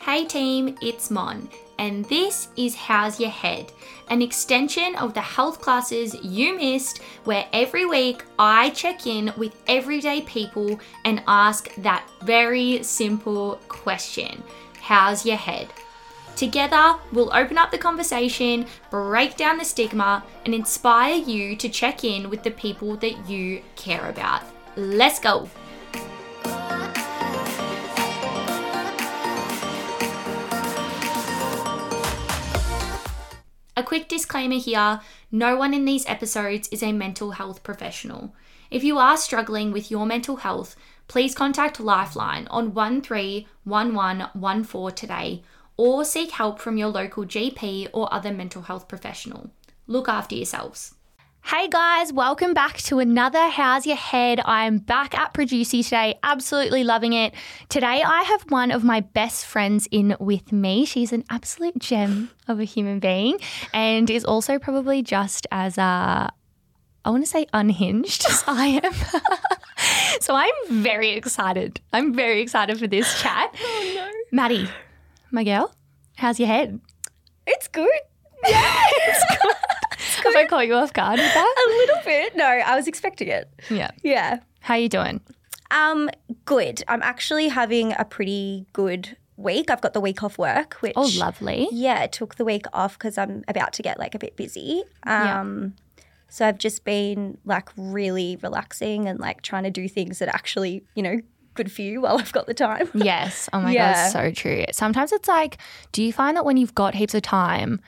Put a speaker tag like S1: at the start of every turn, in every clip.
S1: Hey team, it's Mon, and this is How's Your Head, an extension of the health classes you missed, where every week I check in with everyday people and ask that very simple question How's your head? Together, we'll open up the conversation, break down the stigma, and inspire you to check in with the people that you care about. Let's go! A quick disclaimer here no one in these episodes is a mental health professional. If you are struggling with your mental health, please contact Lifeline on 131114 today or seek help from your local GP or other mental health professional. Look after yourselves. Hey guys, welcome back to another How's Your Head? I'm back at Producey today, absolutely loving it. Today I have one of my best friends in with me. She's an absolute gem of a human being and is also probably just as, uh, I want to say unhinged as I am. so I'm very excited. I'm very excited for this chat. Oh no. Maddie, my girl, how's your head?
S2: It's good. Yeah, it's good.
S1: Have I caught you off guard with that?
S2: a little bit. No, I was expecting it.
S1: Yeah.
S2: Yeah.
S1: How you doing?
S2: Um, good. I'm actually having a pretty good week. I've got the week off work, which
S1: Oh, lovely.
S2: yeah, took the week off because I'm about to get like a bit busy.
S1: Yeah.
S2: Um, so I've just been like really relaxing and like trying to do things that are actually you know good for you while I've got the time.
S1: Yes. Oh my
S2: Yeah.
S1: god, so true. Sometimes it's like, do you find that when you've got heaps of time,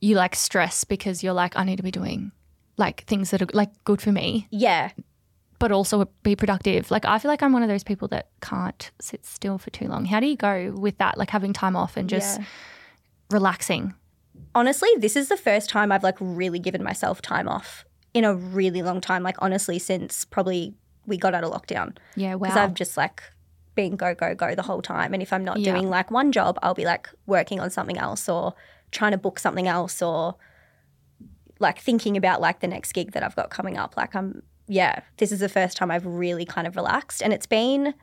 S1: you like stress because you're like, I need to be doing like things that are like good for me,
S2: Yeah,
S1: but also be productive. Like I feel like I'm one of those people that can't sit still for too long. How do you go with that? Like having time off and just
S2: Yeah.
S1: relaxing.
S2: honestly, this is the first time I've like really given myself time off in a really long time. Like honestly, since probably we got out of lockdown.
S1: Yeah. Wow.
S2: because I've just like been go go go the whole time. And if I'm not
S1: Yeah.
S2: doing like one job, I'll be like working on something else or trying to book something else or like thinking about like the next gig that I've got coming up. Like I'm yeah, this is the first time I've really kind of relaxed, and it's been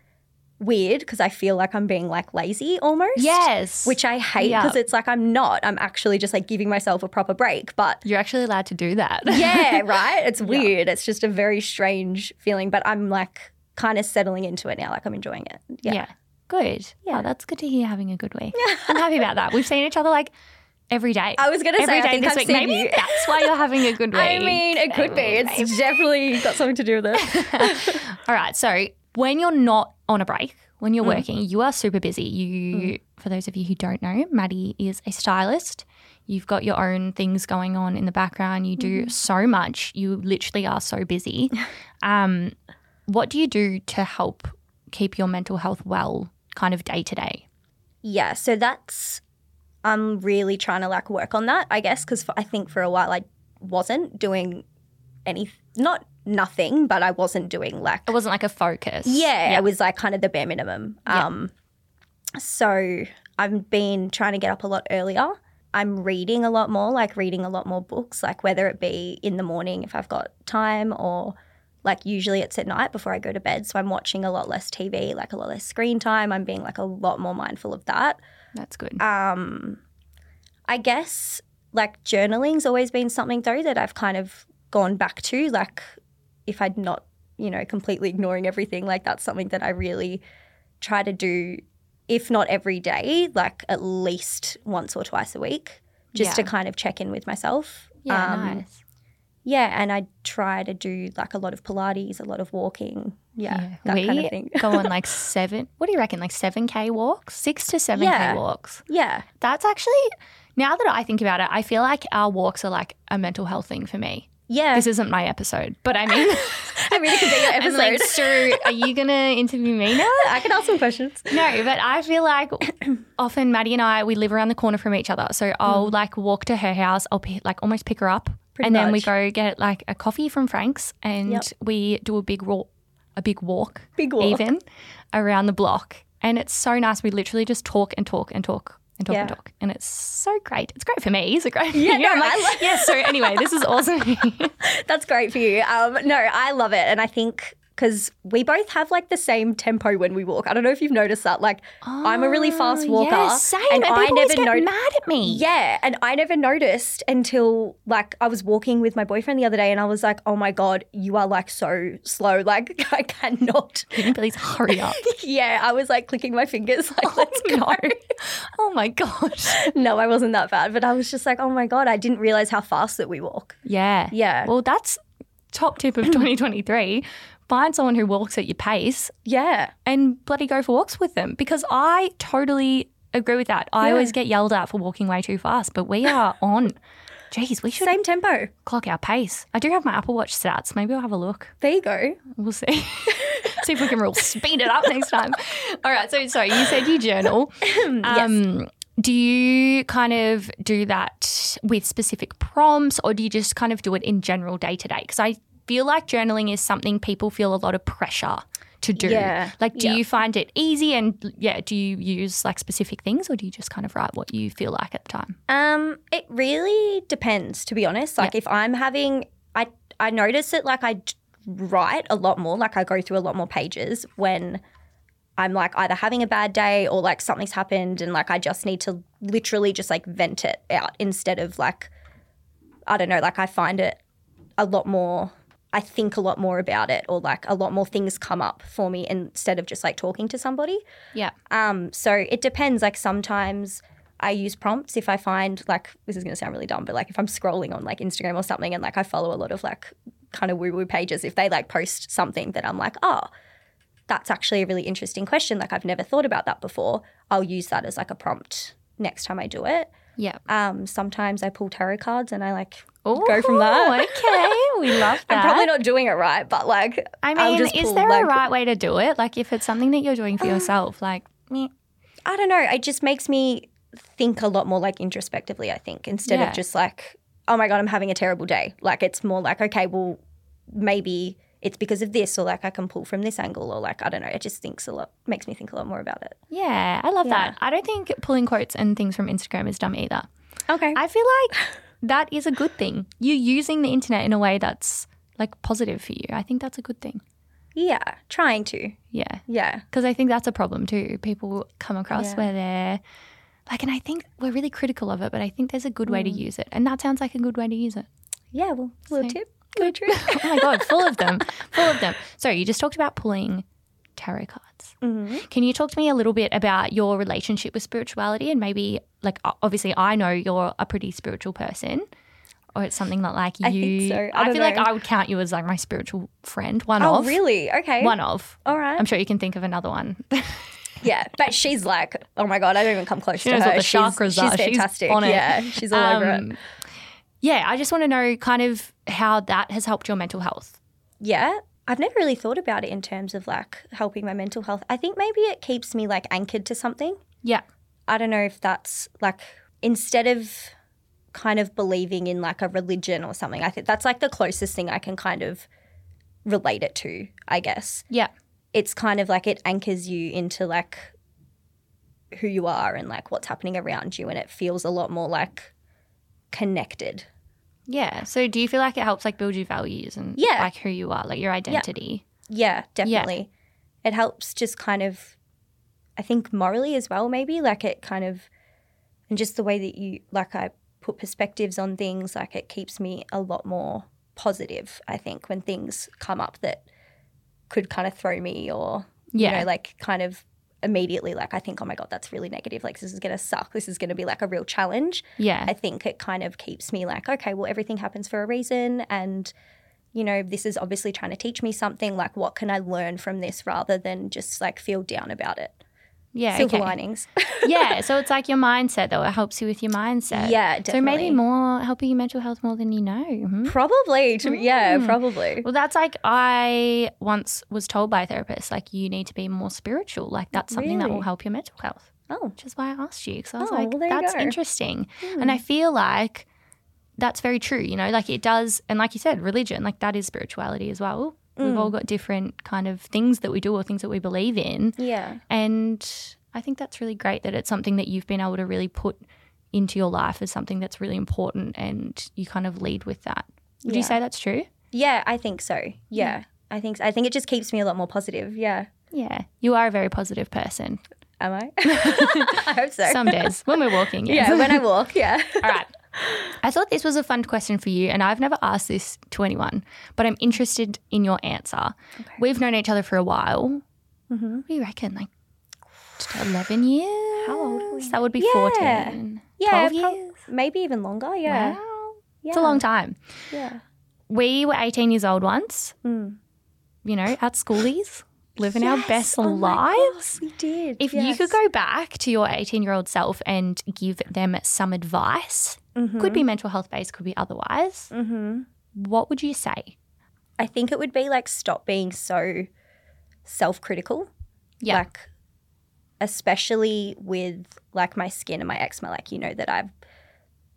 S2: weird because I feel like I'm being like lazy almost.
S1: yes.
S2: Which I hate
S1: Yeah.
S2: because it's like I'm not. I'm actually just like giving myself a proper break. But
S1: you're actually allowed to do that.
S2: yeah, right? It's weird. It's just a very strange feeling, but I'm like kind of settling into it now. Like I'm enjoying it.
S1: Yeah.
S2: Yeah.
S1: Good. Yeah,
S2: Yeah.
S1: that's good to hear you're having a good week. I'm happy about that. We've seen each other like every day.
S2: I was going to
S1: Every
S2: say,
S1: day
S2: I think
S1: this
S2: I've
S1: week.
S2: seen
S1: Maybe
S2: you.
S1: that's why you're having a good week.
S2: I mean, it could be. It's definitely got something to do with it.
S1: All right. So when you're not on a break, when you're working, you are super busy. You, for those of you who don't know, Maddie is a stylist. You've got your own things going on in the background. You do so much. You literally are so busy. um, what do you do to help keep your mental health well, kind of day to day?
S2: yeah. So that's, I'm really trying to like work on that, I guess, because I think for a while I wasn't doing any, not nothing, but I wasn't doing like
S1: It wasn't like a focus.
S2: Yeah, it was like kind of the bare minimum.
S1: Yeah.
S2: Um, so I've been trying to get up a lot earlier. I'm reading a lot more, like reading a lot more books, like whether it be in the morning if I've got time or like usually it's at night before I go to bed. So I'm watching a lot less TV, like a lot less screen time. I'm being like a lot more mindful of that.
S1: That's good.
S2: Um, I guess like journaling's always been something though that I've kind of gone back to. Like if I'd not, you know, completely ignoring everything, like that's something that I really try to do, if not every day, like at least once or twice a week, just to
S1: Yeah.
S2: kind of check in with myself.
S1: yeah,
S2: Um,
S1: nice.
S2: Yeah, and I try to do like a lot of Pilates, a lot of walking. Yeah,
S1: Yeah.
S2: that
S1: we
S2: kind of thing.
S1: go on like seven. What do you reckon? Like seven k walks, six to seven
S2: Yeah.
S1: k walks.
S2: yeah,
S1: That's actually now that I think about it, I feel like our walks are like a mental health thing for me.
S2: yeah.
S1: This isn't my episode, but I mean,
S2: I mean, it could be your
S1: I'm
S2: episode.
S1: like, Sue, are you gonna interview me now?
S2: I can ask some questions.
S1: No, but I feel like often Maddie and I we live around the corner from each other, so I'll like walk to her house. I'll pi- like almost pick her up,
S2: Mm. Pretty
S1: and then we
S2: much.
S1: go get like a coffee from Frank's, and
S2: Yep.
S1: we do a big walk, a big walk,
S2: Big walk.
S1: even around the block, and it's so nice. We literally just talk and talk and talk. And talk and
S2: Yeah.
S1: talk, and it's so great. It's great for me. It's great for
S2: Yeah,
S1: you.
S2: no,
S1: I'm like,
S2: I Oh, love-
S1: yeah. So anyway, this is awesome.
S2: That's great for you. Um, no, I love it. And I think because we both have like the same tempo when we walk. I don't know if you've noticed that. Like, I'm a really fast
S1: Oh,
S2: walker,
S1: Yeah, same. And, people
S2: I
S1: always
S2: never
S1: get
S2: noticed.
S1: mad at me.
S2: Yeah, and I never noticed until like I was walking with my boyfriend the other day, and I was like, "Oh my god, you are like so slow! Like I cannot."
S1: Please hurry up.
S2: yeah, I was like clicking my fingers, like let's go.
S1: oh my gosh.
S2: no, I wasn't that bad, but I was just like, "Oh my god, I didn't realize how fast that we walk."
S1: Yeah.
S2: Yeah,
S1: Well, that's top tip of 2023. Find someone who walks at your pace
S2: yeah,
S1: and bloody go for walks with them because I totally agree with that. I
S2: Yeah.
S1: always get yelled at for walking way too fast, but we are on. Jeez, we should
S2: same tempo.
S1: clock our pace. I do have my Apple Watch stats. Maybe I'll have a look.
S2: There you go.
S1: We'll see. see if we can real speed it up next time. All right. So sorry, you said you journal. Um, Do you kind of do that with specific prompts, or do you just kind of do it in general day to day? Because I feel like journaling is something people feel a lot of pressure to do.
S2: Yeah,
S1: Like, do
S2: yeah.
S1: you find it easy? And yeah, do you use like specific things, or do you just kind of write what you feel like at the time?
S2: Um, it really depends, to be honest. Like if I'm having, I I notice it. Like I d- write a lot more. Like I go through a lot more pages when I'm like either having a bad day or like something's happened, and like I just need to literally just like vent it out instead of like I don't know. Like I find it a lot more. I think a lot more about it, or like a lot more things come up for me instead of just like talking to somebody.
S1: Yeah.
S2: Um, so it depends. Like sometimes I use prompts if I find like this is gonna sound really dumb, but like if I'm scrolling on like Instagram or something and like I follow a lot of like kind of woo woo pages, if they like post something that I'm like, oh, that's actually a really interesting question. Like I've never thought about that before. I'll use that as like a prompt next time I do it.
S1: Yeah.
S2: Um, sometimes I pull tarot cards and I like
S1: Oh,
S2: go from that.
S1: okay. We love that.
S2: I'm probably not doing it right, but like
S1: I
S2: I'll
S1: mean,
S2: just
S1: is
S2: pull,
S1: there
S2: like- Uh,
S1: a right way to do it? Like, if it's something that you're doing for yourself, like, meh.
S2: I don't know. It just makes me think a lot more like introspectively, I think, instead
S1: Yeah.
S2: of just like, oh my God, I'm having a terrible day. Like, it's more like, okay, well, maybe it's because of this, or like I can pull from this angle, or like, I don't know. It just thinks a lot, makes me think a lot more about it.
S1: yeah, I love
S2: Yeah.
S1: that. I don't think pulling quotes and things from Instagram is dumb either.
S2: Okay.
S1: I feel like that is a good thing. You're using the internet in a way that's like positive for you. I think that's a good thing.
S2: yeah. Trying to.
S1: Yeah.
S2: Yeah.
S1: Because I think that's a problem too. People come across
S2: Yeah.
S1: where they're like, and I think we're really critical of it, but I think there's a good way to
S2: Mm.
S1: use it. And that sounds like a good way to use it.
S2: Yeah. Well, little
S1: So-
S2: tip. Little trick.
S1: oh my god, full of them, full of them. So you just talked about pulling tarot cards.
S2: Mm-hmm.
S1: Can you talk to me a little bit about your relationship with spirituality and maybe like o- obviously I know you're a pretty spiritual person. Or it's something that like you.
S2: I think so. I don't
S1: feel like
S2: know.
S1: I would count you as like my spiritual friend. One
S2: Oh,
S1: of
S2: really? Oh, Okay.
S1: one Um, of.
S2: All right.
S1: I'm sure you can think of another one.
S2: yeah. But she's like, oh my God, I don't even come close
S1: She
S2: to
S1: knows
S2: her.
S1: what the chakras
S2: she's,
S1: are.
S2: She's
S1: She's
S2: fantastic.
S1: on it.
S2: Yeah. She's all over it.
S1: Um, yeah, I just want to know kind of how that has helped your mental health.
S2: yeah i've never really thought about it in terms of like helping my mental health i think maybe it keeps me like anchored to something
S1: Yeah.
S2: i don't know if that's like instead of kind of believing in like a religion or something i think that's like the closest thing i can kind of relate it to i guess
S1: Yeah.
S2: it's kind of like it anchors you into like who you are and like what's happening around you and it feels a lot more like connected
S1: Yeah. So do you feel like it helps like build your values and
S2: Yeah.
S1: like who you are, like your identity?
S2: Yeah, definitely. It helps just kind of, I think morally as well, maybe like it kind of, and just the way that you like I put perspectives on things, like it keeps me a lot more positive. I think when things come up that could kind of throw me or you
S1: Yeah.
S2: know like kind of immediately like I think oh my god that's really negative like this is gonna suck this is gonna be like a real challenge.
S1: Yeah.
S2: I think it kind of keeps me like, okay, well, everything happens for a reason. And, you know, this is obviously trying to teach me something. Like, what can I learn from this rather than just like feel down about it?
S1: yeah.
S2: Silver
S1: okay.
S2: linings.
S1: yeah. So it's like your mindset though. It helps you with your mindset.
S2: yeah, definitely.
S1: So maybe more helping your mental health more than you know. Mhm.
S2: Probably. To, Yeah,
S1: Mm.
S2: probably.
S1: Well, that's like I once was told by a therapist, like you need to be more spiritual. Like that's something that will
S2: Really?
S1: help your mental health,
S2: Oh,
S1: which is why I asked you because I was
S2: Oh,
S1: like,
S2: well, there you
S1: that's
S2: go.
S1: interesting,
S2: Hmm.
S1: and I feel like that's very true. You know, like it does, and like you said, religion, like that is spirituality as well. We've
S2: Hmm.
S1: all got different kind of things that we do or things that we believe in.
S2: yeah.
S1: And I think that's really great that it's something that you've been able to really put into your life as something that's really important and you kind of lead with that. Would you
S2: Yeah.
S1: say that's true? Mm.
S2: Yeah, I think so. Yeah. I think I think it just keeps me a lot more positive. Yeah.
S1: Yeah. You are a very positive person.
S2: Am I? I hope so.
S1: Some days when we're walking. yes.
S2: yeah, when I walk, yeah.
S1: All right. I thought this was a fun question for you, and I've never asked this to anyone, but I'm interested in your answer. We've known each other for a while.
S2: Mm-hmm.
S1: What do you reckon? Like t- 11 years?
S2: How old are we
S1: That would be
S2: Yeah.
S1: 14.
S2: Yeah,
S1: 12
S2: prob-
S1: years?
S2: maybe even longer. Yeah,
S1: Wow.
S2: yeah.
S1: It's a long time.
S2: Yeah,
S1: We were 18 years old once,
S2: Mm.
S1: you know, at schoolies, living our
S2: Yes.
S1: best
S2: Oh my
S1: lives.
S2: we did.
S1: If you could go back to your 18 year old self and give them some advice,
S2: Mm-hmm.
S1: could be mental health based, could be otherwise,
S2: hmm
S1: what would you say?
S2: I think it would be like stop being so self-critical.
S1: Yeah.
S2: Like, especially with like my skin and my eczema, like you know that I've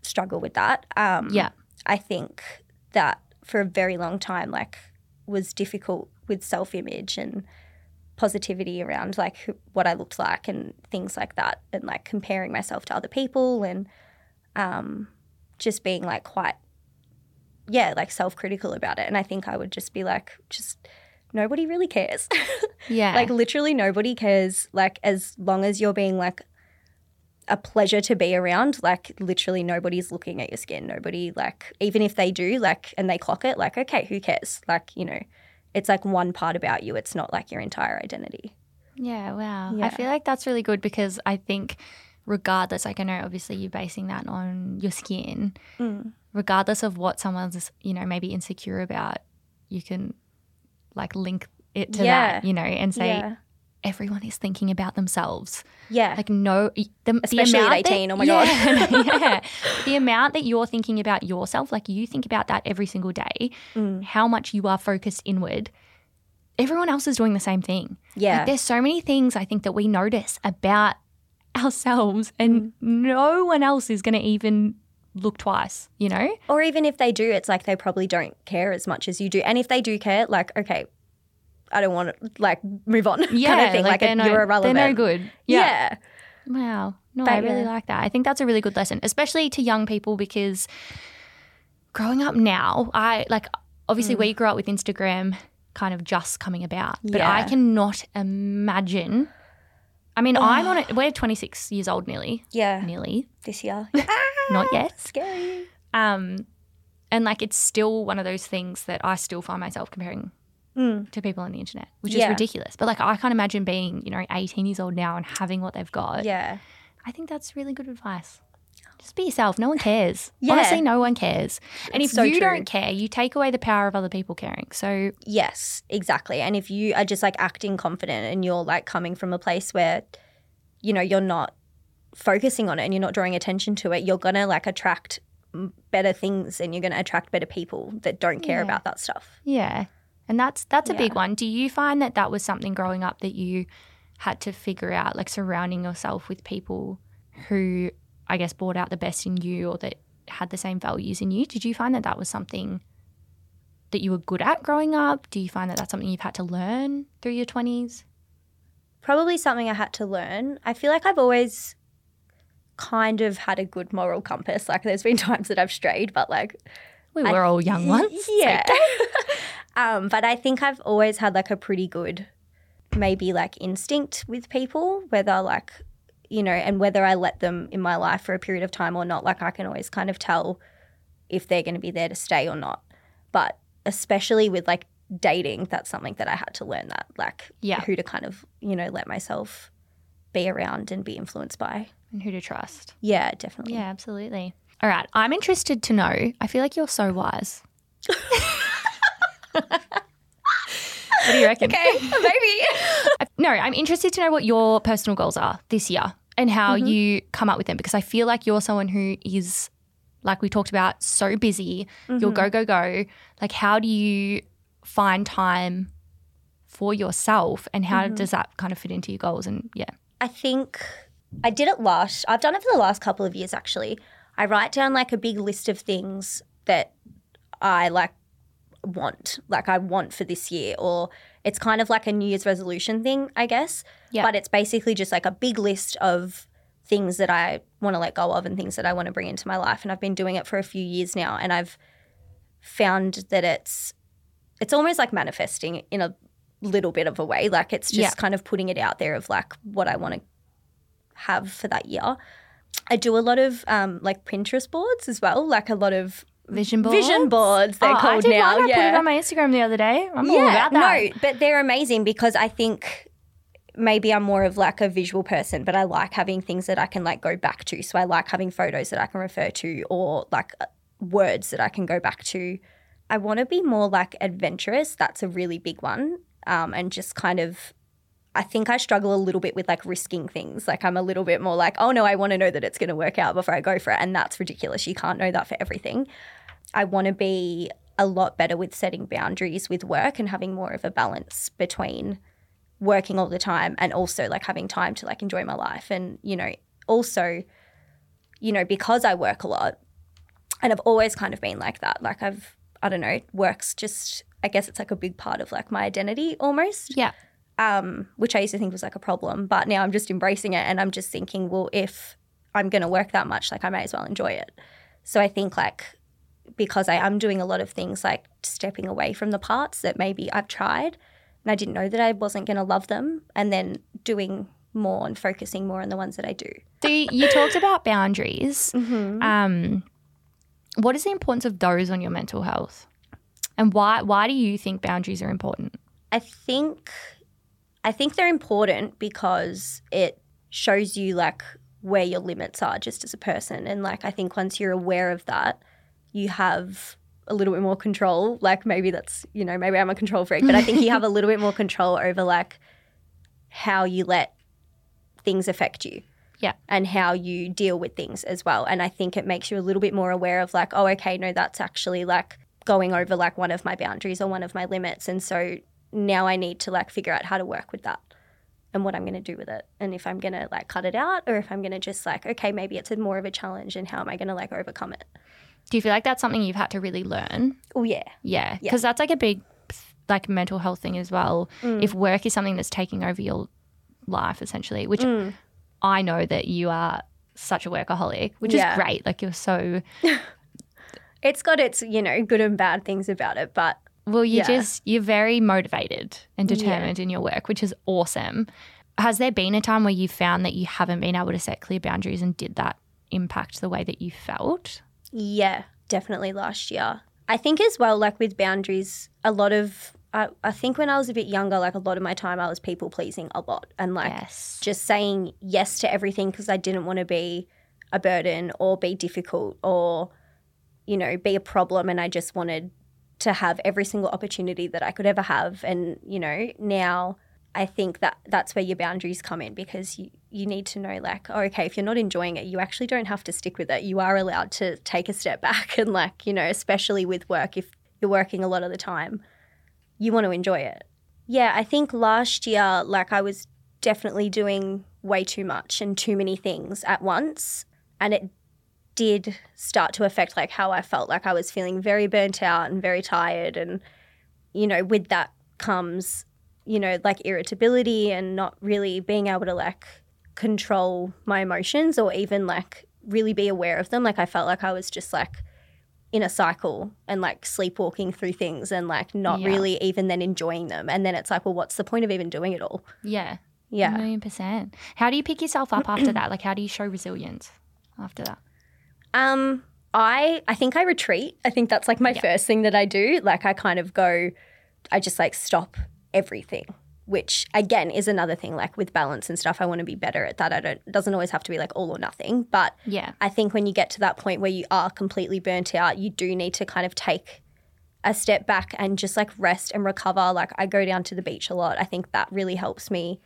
S2: struggled with that. Um,
S1: Yeah.
S2: I think that for a very long time, like, was difficult with self image and positivity around like who, what I looked like and things like that, and like comparing myself to other people and um, just being like quite, yeah, like self critical about it. And I think I would just be like, just nobody really cares.
S1: Yeah.
S2: Like literally nobody cares. Like as long as you're being like a pleasure to be around, like literally nobody's looking at your skin. Nobody like even if they do, like and they clock it, like, okay, who cares? Like, you know, it's like one part about you. It's not like your entire identity.
S1: Yeah, wow. I
S2: Yeah.
S1: feel like that's really good because I think, regardless, like I know obviously you're basing that on your skin, Mm. regardless of what someone's, you know, maybe insecure about, you can like link it to that,
S2: Yeah.
S1: you know, and say
S2: yeah.
S1: everyone is thinking about themselves.
S2: Yeah.
S1: Like, no, the, the
S2: Especially at
S1: amount that-
S2: 18, oh my
S1: yeah, yeah. The amount that you're thinking about yourself, like you think about that every single day,
S2: Mm.
S1: how much you are focused inward. Everyone else is doing the same thing.
S2: yeah.
S1: Like, there's so many things I think that we notice about ourselves, and
S2: Mm.
S1: no one else is going to even look twice, you know?
S2: or even if they do, it's like they probably don't care as much as you do. And if they do care, like, okay, I don't want to like move on kind of thing. Like,
S1: they're no,
S2: you're irrelevant.
S1: They're no good. Yeah.
S2: yeah.
S1: Wow. No,
S2: But
S1: I really
S2: yeah.
S1: like that. I think that's a really good lesson, especially to young people because growing up now, I like obviously
S2: Hmm.
S1: we grew up with Instagram kind of just coming about, but I
S2: Yeah.
S1: cannot imagine. I mean, I'm on it. We're 26 years old, nearly,
S2: Yeah.
S1: nearly,
S2: This year. Ah.
S1: not yet.
S2: Scary.
S1: Um, and like it's still one of those things that I still find myself comparing
S2: Mm.
S1: to people on the internet, which
S2: Yeah.
S1: is ridiculous. But like I can't imagine being, you know, 18 years old now and having what they've got.
S2: Yeah.
S1: I think that's really good advice. Just be yourself. No one cares.
S2: Yeah.
S1: Honestly, no one cares. And
S2: It's
S1: if
S2: so
S1: you
S2: true.
S1: don't care, you take away the power of other people caring. So
S2: Yes, exactly. And if you are just like acting confident and you're like coming from a place where, you know, you're not focusing on it and you're not drawing attention to it, you're going to like attract m- better things and you're going to attract better people that don't care
S1: Yeah.
S2: about that stuff.
S1: yeah, and that's that's a big
S2: Yeah.
S1: one. Do you find that that was something growing up that you had to figure out, like surrounding yourself with people who, I guess, brought out the best in you or that had the same values in you? Did you find that that was something that you were good at growing up? Do you find that that's something you've had to learn through your twenties?
S2: Probably something I had to learn. I feel like I've always kind of had a good moral compass. Like there's been times that I've strayed, but like
S1: We
S2: I-
S1: were all young once. so
S2: Yeah. um, but I think I've always had like a pretty good, maybe like instinct with people, whether like, you know, and whether I let them in my life for a period of time or not. Like, I can always kind of tell if they're going to be there to stay or not. But especially with like dating, that's something that I had to learn that, like,
S1: Yeah.
S2: who to kind of, you know, let myself be around and be influenced by.
S1: and who to trust.
S2: Yeah, definitely.
S1: Yeah, absolutely. All right. I'm interested to know. I feel like you're so wise. what do you reckon?
S2: Okay, maybe.
S1: No, I'm interested to know what your personal goals are this year and how
S2: Mm-hmm.
S1: you come up with them because I feel like you're someone who is, like we talked about, so busy.
S2: Mm-hmm.
S1: You're go, go, go. Like, how do you find time for yourself and
S2: Mm-hmm.
S1: how does that kind of fit into your goals? And yeah.
S2: I think I did it last. I've done it for the last couple of years actually. I write down like a big list of things that I like want, like I want for this year, or it's kind of like a New Year's resolution thing, I guess.
S1: Yeah.
S2: But it's basically just like a big list of things that I want to let go of and things that I want to bring into my life. And I've been doing it for a few years now, and I've found that it's it's almost like manifesting in a little bit of a way. Like it's just
S1: Yeah.
S2: kind of putting it out there of like what I want to have for that year. I do a lot of um, like Pinterest boards as well, like a lot of
S1: Vision board.
S2: vision boards. They're
S1: oh,
S2: called
S1: I did
S2: now.
S1: one. I
S2: yeah,
S1: put it on my Instagram the other day. I'm all about that.
S2: no, but they're amazing because I think maybe I'm more of like a visual person, but I like having things that I can like go back to. So I like having photos that I can refer to or like uh, words that I can go back to. I want to be more like adventurous. That's a really big one. Um, and just kind of, I think I struggle a little bit with like risking things. Like I'm a little bit more like, oh no, I want to know that it's going to work out before I go for it. And that's ridiculous. You can't know that for everything. I want to be a lot better with setting boundaries with work and having more of a balance between working all the time and also like having time to like enjoy my life and you know also you know because I work a lot and I've always kind of been like that like I've I don't know works just I guess it's like a big part of like my identity almost
S1: Yeah.
S2: um, which I used to think was like a problem, but now I'm just embracing it and I'm just thinking, well, if I'm going to work that much, like I may as well enjoy it. So I think like because I am doing a lot of things like stepping away from the parts that maybe I've tried and I didn't know that I wasn't going to love them and then doing more and focusing more on the ones that I do.
S1: So you you talked about boundaries.
S2: Mm-hmm.
S1: Um, what is the importance of those on your mental health? And why why do you think boundaries are important?
S2: I think I think they're important because it shows you like where your limits are just as a person and like I think once you're aware of that you have a little bit more control like maybe that's you know maybe I'm a control freak but I think you have a little bit more control over like how you let things affect you
S1: Yeah.
S2: and how you deal with things as well and I think it makes you a little bit more aware of like oh okay no that's actually like going over like one of my boundaries or one of my limits and so now I need to like figure out how to work with that and what I'm going to do with it and if I'm going to like cut it out or if I'm going to just like okay maybe it's a more of a challenge and how am I going to like overcome it
S1: Do you feel like that's something you've had to really learn?
S2: oh yeah
S1: Yeah,
S2: Yeah.
S1: because that's like a big like mental health thing as well.
S2: Mm.
S1: If work is something that's taking over your life essentially, which
S2: Mm.
S1: I know that you are such a workaholic, which
S2: Yeah.
S1: is great. Like you're so
S2: it's got its you know good and bad things about it but
S1: well, you
S2: Yeah.
S1: just you're very motivated and determined in your work, which is awesome. Has there been a time where you found that you haven't been able to set clear boundaries and did that impact the way that you felt?
S2: Yeah, definitely last year. I think as well, like with boundaries, a lot of, I, I think when I was a bit younger, like a lot of my time I was people pleasing a lot and like
S1: yes.
S2: just saying yes to everything because I didn't want to be a burden or be difficult or, you know, be a problem. And I just wanted to have every single opportunity that I could ever have. And, you know, now I think that that's where your boundaries come in because you, you need to know, like, oh, okay, if you're not enjoying it, you actually don't have to stick with it. You are allowed to take a step back. And, like, you know, especially with work, if you're working a lot of the time, you want to enjoy it. Yeah, I think last year, like, I was definitely doing way too much and too many things at once. And it did start to affect like how I felt. Like I was feeling very burnt out and very tired. And, you know, with that comes, you know, like irritability and not really being able to like control my emotions or even like really be aware of them. Like I felt like I was just like in a cycle and like sleepwalking through things and like not
S1: Yeah.
S2: really even then enjoying them. And then it's like, well, what's the point of even doing it all?
S1: Yeah.
S2: Yeah.
S1: A million percent. How do you pick yourself up after that? Like how do you show resilience after that?
S2: Um, I I think I retreat. I think that's like my
S1: Yeah.
S2: first thing that I do. Like I kind of go, I just like stop everything, which again is another thing. Like with balance and stuff, I want to be better at that. I don't it doesn't always have to be like all or nothing, but
S1: Yeah.
S2: I think when you get to that point where you are completely burnt out, you do need to kind of take a step back and just like rest and recover. Like I go down to the beach a lot. I think that really helps me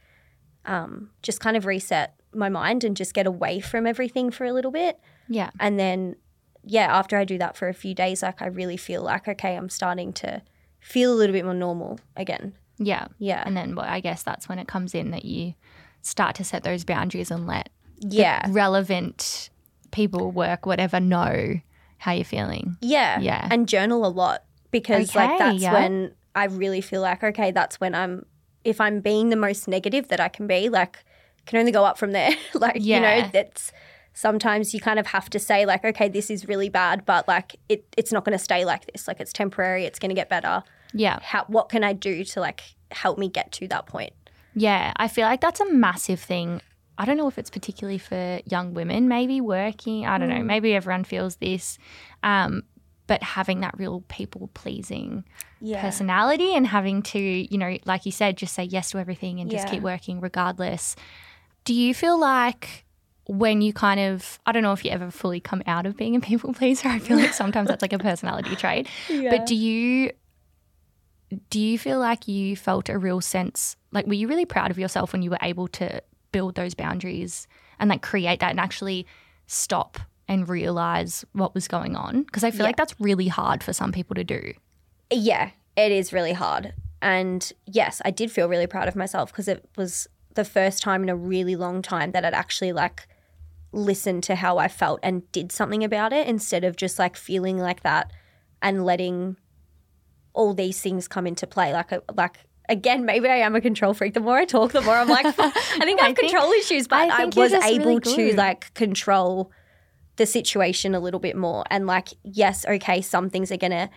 S2: um, just kind of reset my mind and just get away from everything for a little bit.
S1: Yeah.
S2: And then, yeah, after I do that for a few days, like I really feel like, okay, I'm starting to feel a little bit more normal again.
S1: Yeah.
S2: Yeah.
S1: And then well, I guess that's when it comes in that you start to set those boundaries and let
S2: Yeah.
S1: relevant people, work, whatever, know how you're feeling.
S2: Yeah.
S1: Yeah.
S2: And journal a lot because
S1: Okay,
S2: like that's
S1: yeah.
S2: when I really feel like okay, that's when I'm if I'm being the most negative that I can be, like can only go up from there. like you
S1: Yeah.
S2: know, that's sometimes you kind of have to say like okay, this is really bad, but like it it's not going to stay like this. Like it's temporary, it's going to get better.
S1: Yeah.
S2: How, what can I do to like help me get to that point?
S1: Yeah, I feel like that's a massive thing. I don't know if it's particularly for young women, maybe working, I don't
S2: Mm.
S1: know, maybe everyone feels this. Um, but having that real people pleasing
S2: Yeah.
S1: personality and having to, you know, like you said, just say yes to everything and just
S2: Yeah.
S1: keep working regardless. Do you feel like when you kind of, I don't know if you ever fully come out of being a people pleaser, I feel like sometimes that's like a personality trait. But do you do you feel like you felt a real sense like were you really proud of yourself when you were able to build those boundaries and like create that and actually stop and realize what was going on? Because I feel
S2: Yeah.
S1: like that's really hard for some people to do.
S2: yeah, it is really hard. And yes, I did feel really proud of myself because it was the first time in a really long time that I'd actually like listened to how I felt and did something about it instead of just like feeling like that and letting all these things come into play. Like, I- like again, maybe I am a control freak. The more I talk, the more I'm like, I think I
S1: I
S2: have
S1: think-
S2: control issues, but
S1: I
S2: I,
S1: think you're
S2: was
S1: just really
S2: able
S1: good.
S2: to like control the situation a little bit more and like yes okay some things are going to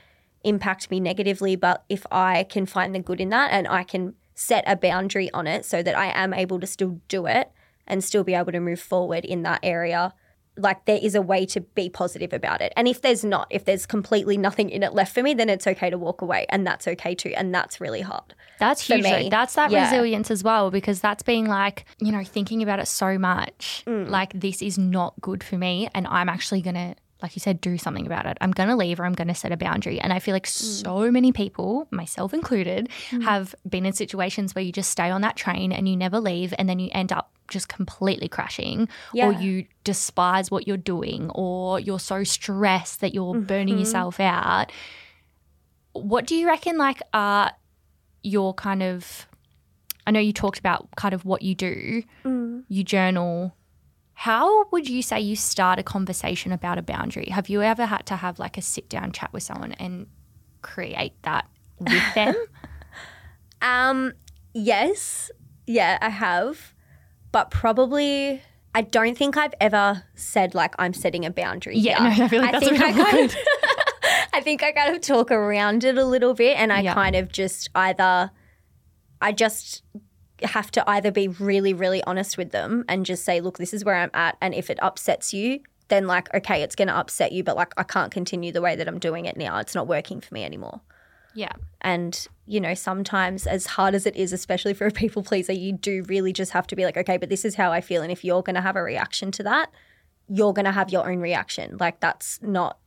S2: impact me negatively but if i can find the good in that and i can set a boundary on it so that i am able to still do it and still be able to move forward in that area like there is a way to be positive about it and if there's not if there's completely nothing in it left for me then it's okay to walk away and that's okay too and that's really hard
S1: That's
S2: for
S1: huge. though.
S2: me.
S1: That's that
S2: Yeah.
S1: resilience as well, because that's being like, you know, thinking about it so much,
S2: Mm.
S1: like this is not good for me. And I'm actually going to, like you said, do something about it. I'm going to leave or I'm going to set a boundary. And I feel like
S2: Mm.
S1: so many people, myself included, have been in situations where you just stay on that train and you never leave. And then you end up just completely crashing or
S2: Yeah.
S1: you despise what you're doing or you're so stressed that you're
S2: Mm-hmm.
S1: burning yourself out what do you reckon like are your kind of i know you talked about kind of what you do
S2: Mm.
S1: you journal how would you say you start a conversation about a boundary have you ever had to have like a sit down chat with someone and create that with them
S2: Um, yes, yeah, I have, but probably I don't think I've ever said like I'm setting a boundary.
S1: Yeah,
S2: here.
S1: no, I feel like that's a
S2: think I
S1: real
S2: kind of, I think I kind of talk around it a little bit, and I
S1: Yeah.
S2: kind of just either, I just have to either be really, really honest with them and just say, look, this is where I'm at, and if it upsets you. Then, like, okay, it's going to upset you, but like, I can't continue the way that I'm doing it now. It's not working for me anymore.
S1: yeah
S2: And, you know, sometimes, as hard as it is, especially for a people pleaser, you do really just have to be like, okay, but this is how I feel. And if you're going to have a reaction to that, you're going to have your own reaction. Like, that's not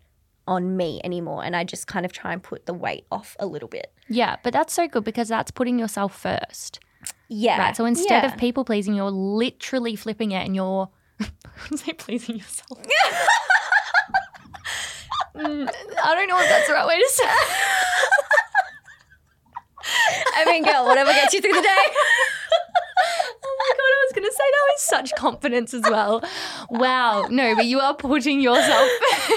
S2: on me anymore. And I just kind of try and put the weight off a little bit.
S1: yeah but that's so good because that's putting yourself first
S2: Yeah.
S1: right so instead
S2: Uh, Yeah.
S1: of people pleasing you're literally flipping it and you're say pleasing yourself Mm, i don't know if that's the right way to say it
S2: I mean, girl, whatever gets you through the day.
S1: Oh my god, I was gonna say that with such confidence as well. Wow, no, but you are putting yourself.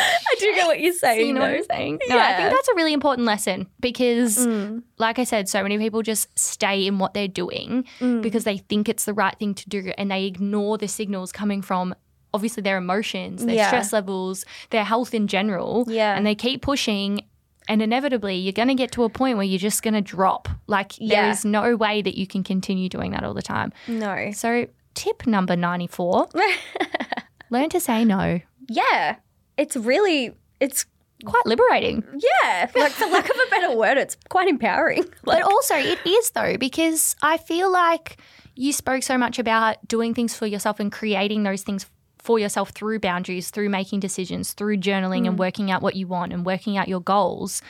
S2: I do get what you're saying.
S1: You know what I'm
S2: though.
S1: saying? No, I
S2: Yeah.
S1: think that's a really important lesson because,
S2: Mm.
S1: like I said, so many people just stay in what they're doing
S2: Mm.
S1: because they think it's the right thing to do and they ignore the signals coming from obviously their emotions, their
S2: Yeah.
S1: stress levels, their health in general.
S2: Yeah.
S1: And they keep pushing. And inevitably, you're going to get to a point where you're just going to drop. Like, there
S2: Yeah.
S1: is no way that you can continue doing that all the time.
S2: No.
S1: So, tip number 94 learn to say no.
S2: yeah. It's really, it's,
S1: Quite liberating.
S2: yeah. Like, for lack of a better word, it's quite empowering.
S1: But also, it is though, because I feel like you spoke so much about doing things for yourself and creating those things for yourself through boundaries, through making decisions, through journaling and working out what you want and working out your goals.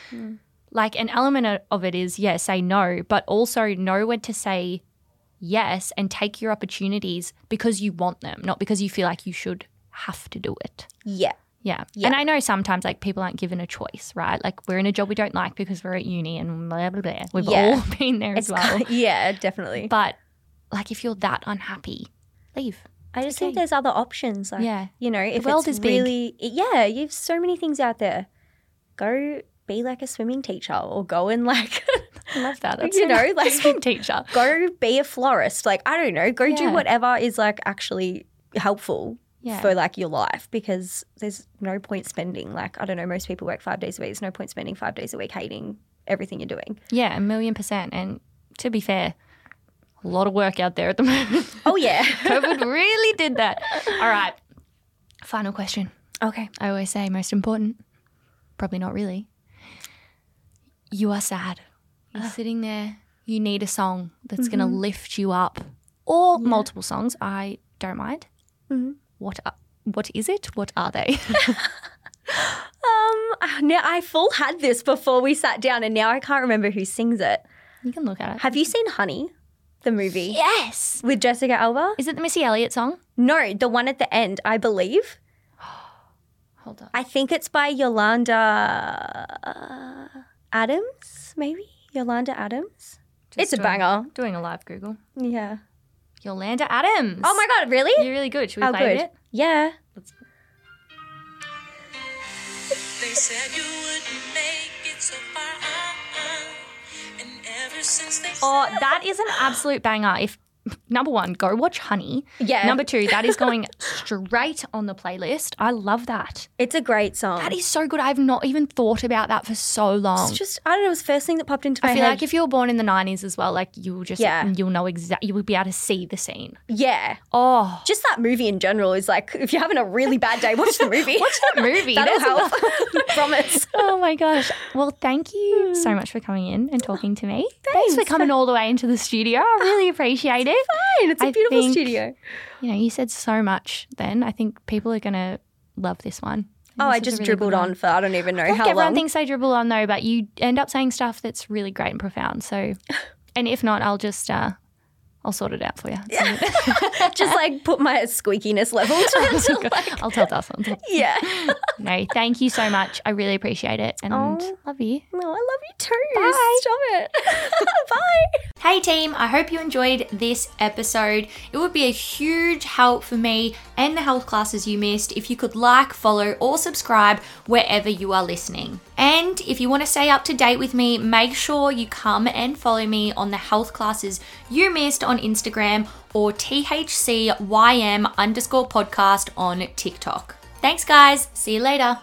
S1: Like, an element o- of it is, yeah, say no, but also know when to say yes and take your opportunities because you want them, not because you feel like you should have to do it.
S2: Yeah.
S1: Yeah.
S2: Yeah.
S1: And I know sometimes like people aren't given a choice, right? Like we're in a job we don't like because we're at uni and blah, blah, blah. We've
S2: Yeah.
S1: all been there as well.
S2: yeah, definitely.
S1: But like if you're that unhappy, leave.
S2: I just think
S1: okay.
S2: there's other options. Like,
S1: Yeah.
S2: you know, if
S1: world
S2: it's
S1: is big.
S2: really yeah, you've so many things out there. Go be like a swimming teacher, or go and like
S1: I love that.
S2: You
S1: so
S2: know,
S1: nice.
S2: like-
S1: swim teacher.
S2: go be a florist. Like I don't know, go
S1: Yeah.
S2: do whatever is like actually helpful
S1: Yeah.
S2: for like your life because there's no point spending like I don't know most people work 5 days a week there's no point spending 5 days a week hating everything you're doing.
S1: yeah, a million percent. And to be fair, a lot of work out there at the moment.
S2: Oh yeah.
S1: COVID really did that. All right. Final question.
S2: okay.
S1: I always say most important. Probably not really. You are sad. You're sitting there. You need a song that's going to lift you up, or multiple songs. I don't mind. Mm-hmm. What are, what is it? What are they?
S2: Um now I full had this before we sat down and now I can't remember who sings it.
S1: you can look at it.
S2: Have you seen Honey the movie
S1: Yes.
S2: with Jessica Alba?
S1: Is it the Missy Elliott song?
S2: No, the one at the end, I believe.
S1: Hold on.
S2: I think it's by Yolanda uh, Adams, maybe? Yolanda Adams. it's a
S1: doing-
S2: banger.
S1: Doing a live Google.
S2: Yeah.
S1: Yolanda Adams.
S2: Oh my god, really?
S1: You're really good. Should we
S2: How
S1: play
S2: good.
S1: it?
S2: Yeah.
S3: They said you wouldn't make it so far. uh-uh. And ever since they
S1: Oh, that is an absolute banger. If number one, go watch Honey.
S2: Yeah.
S1: Number two, that is going straight on the playlist. I love that.
S2: It's a great song.
S1: That is so good. I've not even thought about that for so long.
S2: It's just I don't know, it was the first thing that popped into my
S1: I feel
S2: head.
S1: like if you were born in the nineties as well, like you will just
S2: Yeah.
S1: you'll know exactly you will be able to see the scene.
S2: yeah.
S1: Oh,
S2: Just that movie in general is like if you're having a really bad day, watch the movie. watch
S1: that movie.
S2: That'll
S1: That's
S2: help. Promise.
S1: Oh my gosh. Well, thank you so much for coming in and talking to me. Thanks, for
S2: Hmm. Thanks.
S1: coming all the way into the studio. I really appreciate it.
S2: Fine. It's a
S1: I
S2: beautiful
S1: think-
S2: studio.
S1: You know, you said so much then. I think people are going to love this one.
S2: Oh, I
S1: This is a
S2: just
S1: really
S2: dribbled
S1: good one.
S2: on for I don't even know
S1: Look,
S2: how
S1: everyone
S2: long.
S1: thinks I dribble on though, but you end up saying stuff that's really great and profound. So, and if not, I'll just uh, I'll sort it out for you.
S2: just like put my squeakiness level to, to like
S1: I'll tell Darcy.
S2: Yeah.
S1: No, thank you so much. I really appreciate it, and
S2: Oh.
S1: love you.
S2: No, I love you too.
S1: Bye.
S2: Stop it. Bye.
S1: Hey team, I hope you enjoyed this episode. It would be a huge help for me and the health classes you missed if you could like, follow, or subscribe wherever you are listening. And if you want to stay up to date with me, make sure you come and follow me on the health classes you missed on Instagram or THCYM underscore podcast on TikTok. Thanks, guys. See you later.